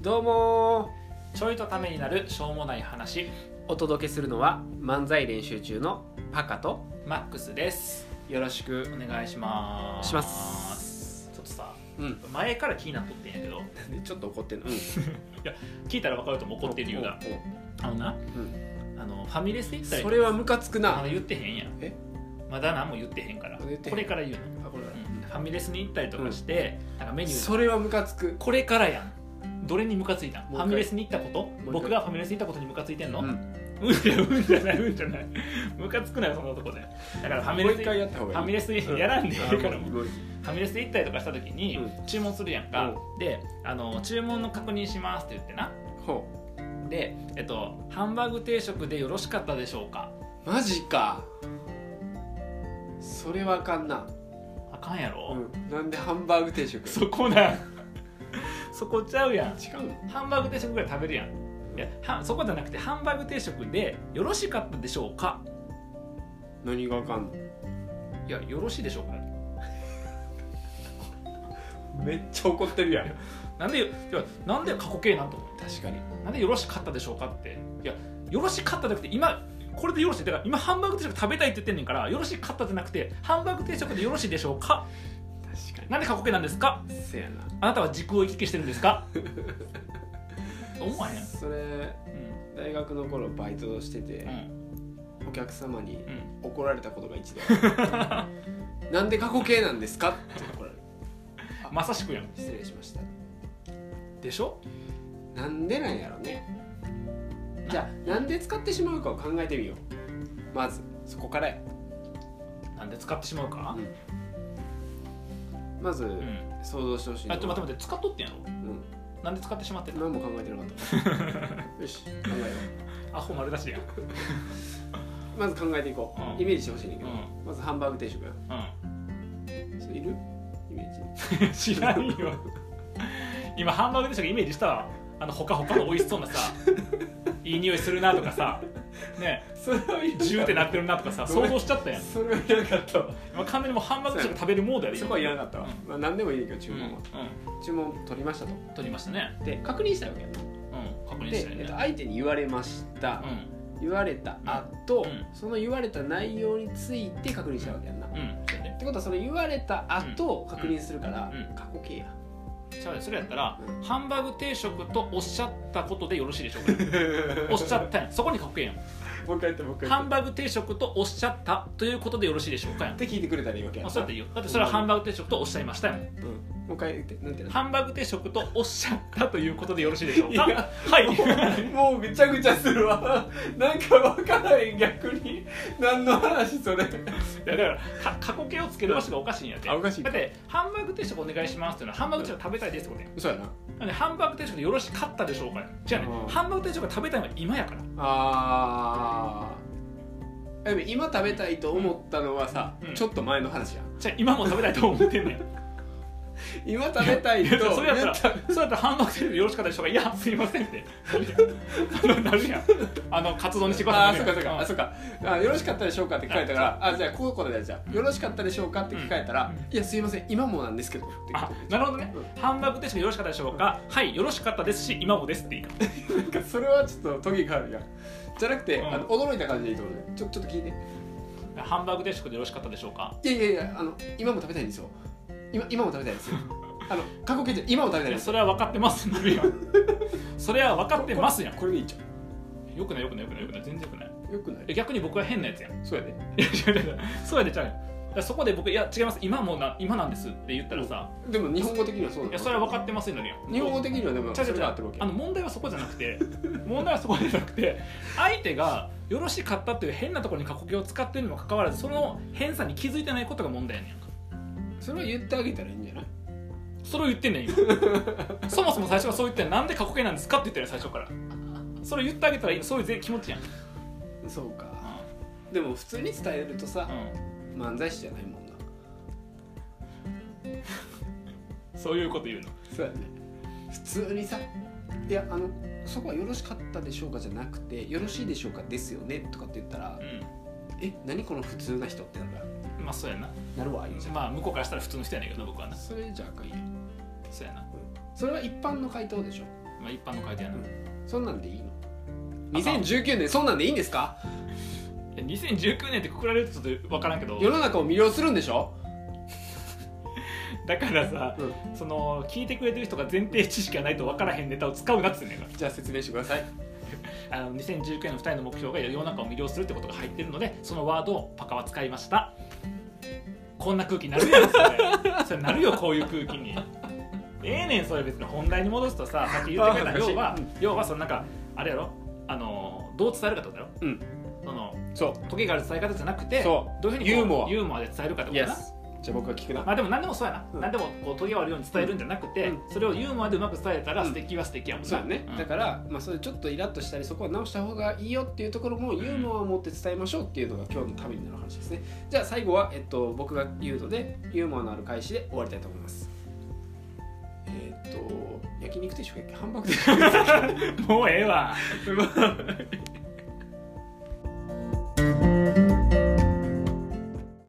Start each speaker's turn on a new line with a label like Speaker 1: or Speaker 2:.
Speaker 1: どうも
Speaker 2: ちょいとためになるしょうもない話
Speaker 1: ーお届けするのは漫才練習中のパカと
Speaker 2: マックスですよろしくお願いします
Speaker 1: します
Speaker 2: ちょっとさ
Speaker 1: うん
Speaker 2: 前から気になっとってんやけど
Speaker 1: ちょっと怒ってんの、うん、
Speaker 2: 聞いたら分かると思う怒ってる理由があのな
Speaker 1: おうおううん
Speaker 2: あのファミレスで行ったり
Speaker 1: それはムカつく
Speaker 2: ま
Speaker 1: な
Speaker 2: だ言ってへんやん
Speaker 1: え
Speaker 2: まだ何も言ってへんから
Speaker 1: 言ってへん
Speaker 2: これから言う
Speaker 1: あこれ
Speaker 2: の、うんファミレスに行ったりとかして、なんかメニュー
Speaker 1: それはムカつく
Speaker 2: これからやんどれにムカついたん
Speaker 1: もう
Speaker 2: フ
Speaker 1: 一回
Speaker 2: ァミレスに行ったこ
Speaker 1: 一
Speaker 2: と
Speaker 1: 回
Speaker 2: 僕がファミレスに行ったことにムカついてんの、
Speaker 1: う
Speaker 2: うんん、じゃうんじゃないうんじゃないムカつくなよそんなとこでだからファミ
Speaker 1: もう
Speaker 2: レス
Speaker 1: 一回やった方
Speaker 2: フ
Speaker 1: がいい
Speaker 2: ァミレスやらんでいい
Speaker 1: あ
Speaker 2: から
Speaker 1: もう
Speaker 2: フ
Speaker 1: もう
Speaker 2: ァミレス行ったりとかした時に
Speaker 1: う
Speaker 2: 注文するやんか、であの「注文の確認します」って言ってな
Speaker 1: ほ
Speaker 2: で、えっと「ハンバーグ定食でよろしかったでしょうか?
Speaker 1: うマジかそれはあかんな、」
Speaker 2: あかんやろ、
Speaker 1: うん、なんでハンバーグ定食
Speaker 2: そこなん そこちゃうやん
Speaker 1: 違うの
Speaker 2: ハンバーグ定食ぐらい食べるやんいやはそこじゃなくてハンバーグ定食でよろしかったでしょうか
Speaker 1: 何があかんの
Speaker 2: いやよろしいでしょうか
Speaker 1: めっちゃ怒ってるやん
Speaker 2: なんでいやなんで過去形なんと思って
Speaker 1: 確かに
Speaker 2: なんでよろしかったでしょうかっていやよろしかったじゃなくて今これでよろしいだから今ハンバーグ定食食べたいって言ってんねんからよろしかったじゃなくてハンバーグ定食でよろしいでしょうか
Speaker 1: 確か
Speaker 2: なんで過去形なんですか
Speaker 1: にせやな
Speaker 2: あなたは時空を行き来してるんですか思わへん
Speaker 1: それ
Speaker 2: う
Speaker 1: 大学の頃バイトしてて
Speaker 2: んう、ん
Speaker 1: お客様に
Speaker 2: うん
Speaker 1: 怒られたことが一度あ るなんで過去形なんですかって怒られる
Speaker 2: まさしくやん
Speaker 1: 失礼しました
Speaker 2: でしょ
Speaker 1: なんでなんやろねじゃあなんで使ってしまうかを考えてみようまずそこからや
Speaker 2: なんで使ってしまうか
Speaker 1: まず、
Speaker 2: うん
Speaker 1: 想像してほしいの
Speaker 2: あ
Speaker 1: は
Speaker 2: ちょ待って待って使っとってんやろ
Speaker 1: うん
Speaker 2: なんで使ってしまってんの
Speaker 1: 何も考えてなかった よし考えよ
Speaker 2: アホ丸出しやん
Speaker 1: うまず考えていこう、
Speaker 2: うん
Speaker 1: イメージしてほしいねんけ
Speaker 2: う
Speaker 1: ど、
Speaker 2: ん
Speaker 1: まずハンバーグ定食や
Speaker 2: う
Speaker 1: それいるイメージ
Speaker 2: ん知らんよ今ハンバーグ定食イメージしたわあのほかほかの美味しそうなさ いい匂いするなとかさね
Speaker 1: それはい
Speaker 2: ジューってなってるなとかさ
Speaker 1: ごめ
Speaker 2: 想
Speaker 1: ん
Speaker 2: 像しちゃったやん
Speaker 1: それはいらなかったわ
Speaker 2: 今完全にもうハンバーグ定食食べるモードやで
Speaker 1: そこはいら
Speaker 2: ん
Speaker 1: なかったわ、まあ、何でもいいねんけど注
Speaker 2: うん、う
Speaker 1: 文は、
Speaker 2: ん、
Speaker 1: 注文取りましたと
Speaker 2: 取りましたね
Speaker 1: で確認したわけやな
Speaker 2: うん確認
Speaker 1: で
Speaker 2: し、たよ
Speaker 1: えっと、
Speaker 2: ね
Speaker 1: 相手に言われました
Speaker 2: う、
Speaker 1: 言われた後、
Speaker 2: うん
Speaker 1: その言われた内容について確認したわけやんな、
Speaker 2: ん
Speaker 1: っ
Speaker 2: うんそうやね
Speaker 1: てことはその言われた後、確認するから、
Speaker 2: うん
Speaker 1: 過去形や
Speaker 2: じゃあそれやったら、
Speaker 1: うん
Speaker 2: ハンバーグ定食とおっしゃったことでよろしいでしょうかおっしゃったやんそこに書くやん
Speaker 1: もう一回やってもう一
Speaker 2: ハ
Speaker 1: 回
Speaker 2: ンバーグ定食とおっしゃったということでよろしいでしょうかやん
Speaker 1: って聞いてくれたらいいわけや
Speaker 2: ま
Speaker 1: ん
Speaker 2: あ、そうやっていいよだってそれはハンバーグ定食とおっしゃいましたよ
Speaker 1: うん、もう一回言ってなんていうの
Speaker 2: ハンバーグ定食とおっしゃったということでよろしいでしょうか
Speaker 1: いや
Speaker 2: はい
Speaker 1: もうもうぐちゃぐちゃするわなんか分からへん逆に何の話それ
Speaker 2: いやだからか過去形をつける場所がおかしいんやて
Speaker 1: あおかしい
Speaker 2: だってハンバーグ定食お願いしますっていうのはハンバーグ定食食べたいですってことやん
Speaker 1: 嘘やな
Speaker 2: なんでハンバーグ定食でよろしかったでしょうかやんじゃあね
Speaker 1: うん
Speaker 2: ハンバーグ定食が食べたいのは今やから
Speaker 1: あーでも今食べたいと思ったのはさ、
Speaker 2: うん
Speaker 1: ちょっと前の話やん
Speaker 2: じゃあ今も食べたいと思ってんねん
Speaker 1: 今食べたい
Speaker 2: い
Speaker 1: と
Speaker 2: やそれやったら
Speaker 1: ね
Speaker 2: それやったらハンバーグ定食でよろしかったでしょうかいやすいませんってあのなるやんあのカツ丼にしてくだ
Speaker 1: あ
Speaker 2: さ
Speaker 1: あ
Speaker 2: い
Speaker 1: そ
Speaker 2: ね
Speaker 1: うかそうかあそうかあよろしかったでしょうかって聞かれたからあじゃあこういうことでじゃあよろしかったでしょうかって聞かれたら、
Speaker 2: う
Speaker 1: いやすいません今もなんですけどって
Speaker 2: あなるほどね、
Speaker 1: う
Speaker 2: ハンバーグ定食よろしかったでしょうか、はいよろしかったですし今もですっていいか
Speaker 1: なんかそれはちょっと時があるやんじゃなくて、
Speaker 2: うん
Speaker 1: あの驚いた感じでいいと思うねちょちょっと聞いて
Speaker 2: らハンバーグ定食でよろしかったでしょうか
Speaker 1: いやいやいやあの今も食べたいんですよ今今も食べたいんです よあの過去形で今も食べたいん
Speaker 2: いや
Speaker 1: ですよ
Speaker 2: それは分かってますな るやんそれは分かってますやん
Speaker 1: これでいいじ
Speaker 2: よくないよくないよくないよくない全然よくない
Speaker 1: ゃんよくない
Speaker 2: え逆に僕は変なやつやんい
Speaker 1: そうやで、ね、
Speaker 2: や違う違う違うそうやでちゃうやんだからそこで僕「いや違います今もうな今なんです」って言ったらさ
Speaker 1: でも日本語的にはそう
Speaker 2: 「
Speaker 1: ないの
Speaker 2: やそれは分かってます」になるやん
Speaker 1: 日本語的にはでも
Speaker 2: ちゃ
Speaker 1: そう
Speaker 2: ち
Speaker 1: れが
Speaker 2: ゃち
Speaker 1: 合
Speaker 2: ゃ
Speaker 1: ってるわけ
Speaker 2: あの問題はそこじゃなく て問題はそこじゃなくて相手がよろしかったという変なところに過去形を使ってるにもかかわらずその変さに気づいてないことが問題やねんか
Speaker 1: それは言ってあげたらいいんじゃない
Speaker 2: それを言ってんね ん今そもそも最初はそう言ってんなんで過去形なんですかって言ってる最初からそれ言ってあげたらいいそういうぜ気持ちやん、う
Speaker 1: そうか
Speaker 2: ん
Speaker 1: でも普通に伝えるとさ、漫才師じゃないもんな
Speaker 2: そういうこと言うの
Speaker 1: そうやね普通にさいやあのそこはよろしかったでしょうかじゃなくてよろしいでしょうかですよねとかって言ったら、え何この普通な人ってなるわ
Speaker 2: うんまあそうやな
Speaker 1: なるわ言うじゃん、
Speaker 2: まあ向こうからしたら普通の人やねんけど僕はな
Speaker 1: それじゃあかんやん
Speaker 2: そうやな
Speaker 1: それは一般の回答でしょ
Speaker 2: まあ、一般の回答やな、
Speaker 1: うんそんなんでいいの2019年そんなんでいいんですか
Speaker 2: え2019年ってくくられるとちょっと分からんけど
Speaker 1: 世の中を魅了するんでしょ、
Speaker 2: だからさ
Speaker 1: うん、
Speaker 2: その聞いてくれてる人が前提知識がないと分からへんネタを使うなっつってんねんか
Speaker 1: じゃあ説明してください
Speaker 2: らあの2019年の2人の目標が世の中を魅了するってことが入ってるのでそのワードをパカは使いましたこんな空気になるやん それそれなるよこういう空気にええねんそれ別に本題に戻すとささっき言ってく
Speaker 1: あー
Speaker 2: れた
Speaker 1: 恥ず
Speaker 2: 要
Speaker 1: か
Speaker 2: は
Speaker 1: しい
Speaker 2: 要はそのなんかあれやろあのどう伝えるかってことだろ
Speaker 1: うん
Speaker 2: その
Speaker 1: そう
Speaker 2: トゲがある伝え方じゃなくて
Speaker 1: そ
Speaker 2: どういうふうにこう
Speaker 1: ユーモア
Speaker 2: ユーモアで伝えるかってことだな
Speaker 1: じゃあ僕が聞くな、
Speaker 2: まあでも何でもそうやな、
Speaker 1: うん
Speaker 2: 何でもこうトゲはあるように伝えるんじゃなくて、
Speaker 1: うん
Speaker 2: それをユーモアでうまく伝えたら
Speaker 1: うん
Speaker 2: 素敵は素敵やもんな
Speaker 1: そうだね、
Speaker 2: ん
Speaker 1: だから、まあ、それちょっとイラッとしたりそこは直した方がいいよっていうところもユーモアを持って伝えましょうっていうのが今日のためになる話ですねじゃあ最後は、えっと、僕が言うのでユーモアのある開始で終わりたいと思いますえっと焼肉定食やっけハンバーグ定食
Speaker 2: もうええわ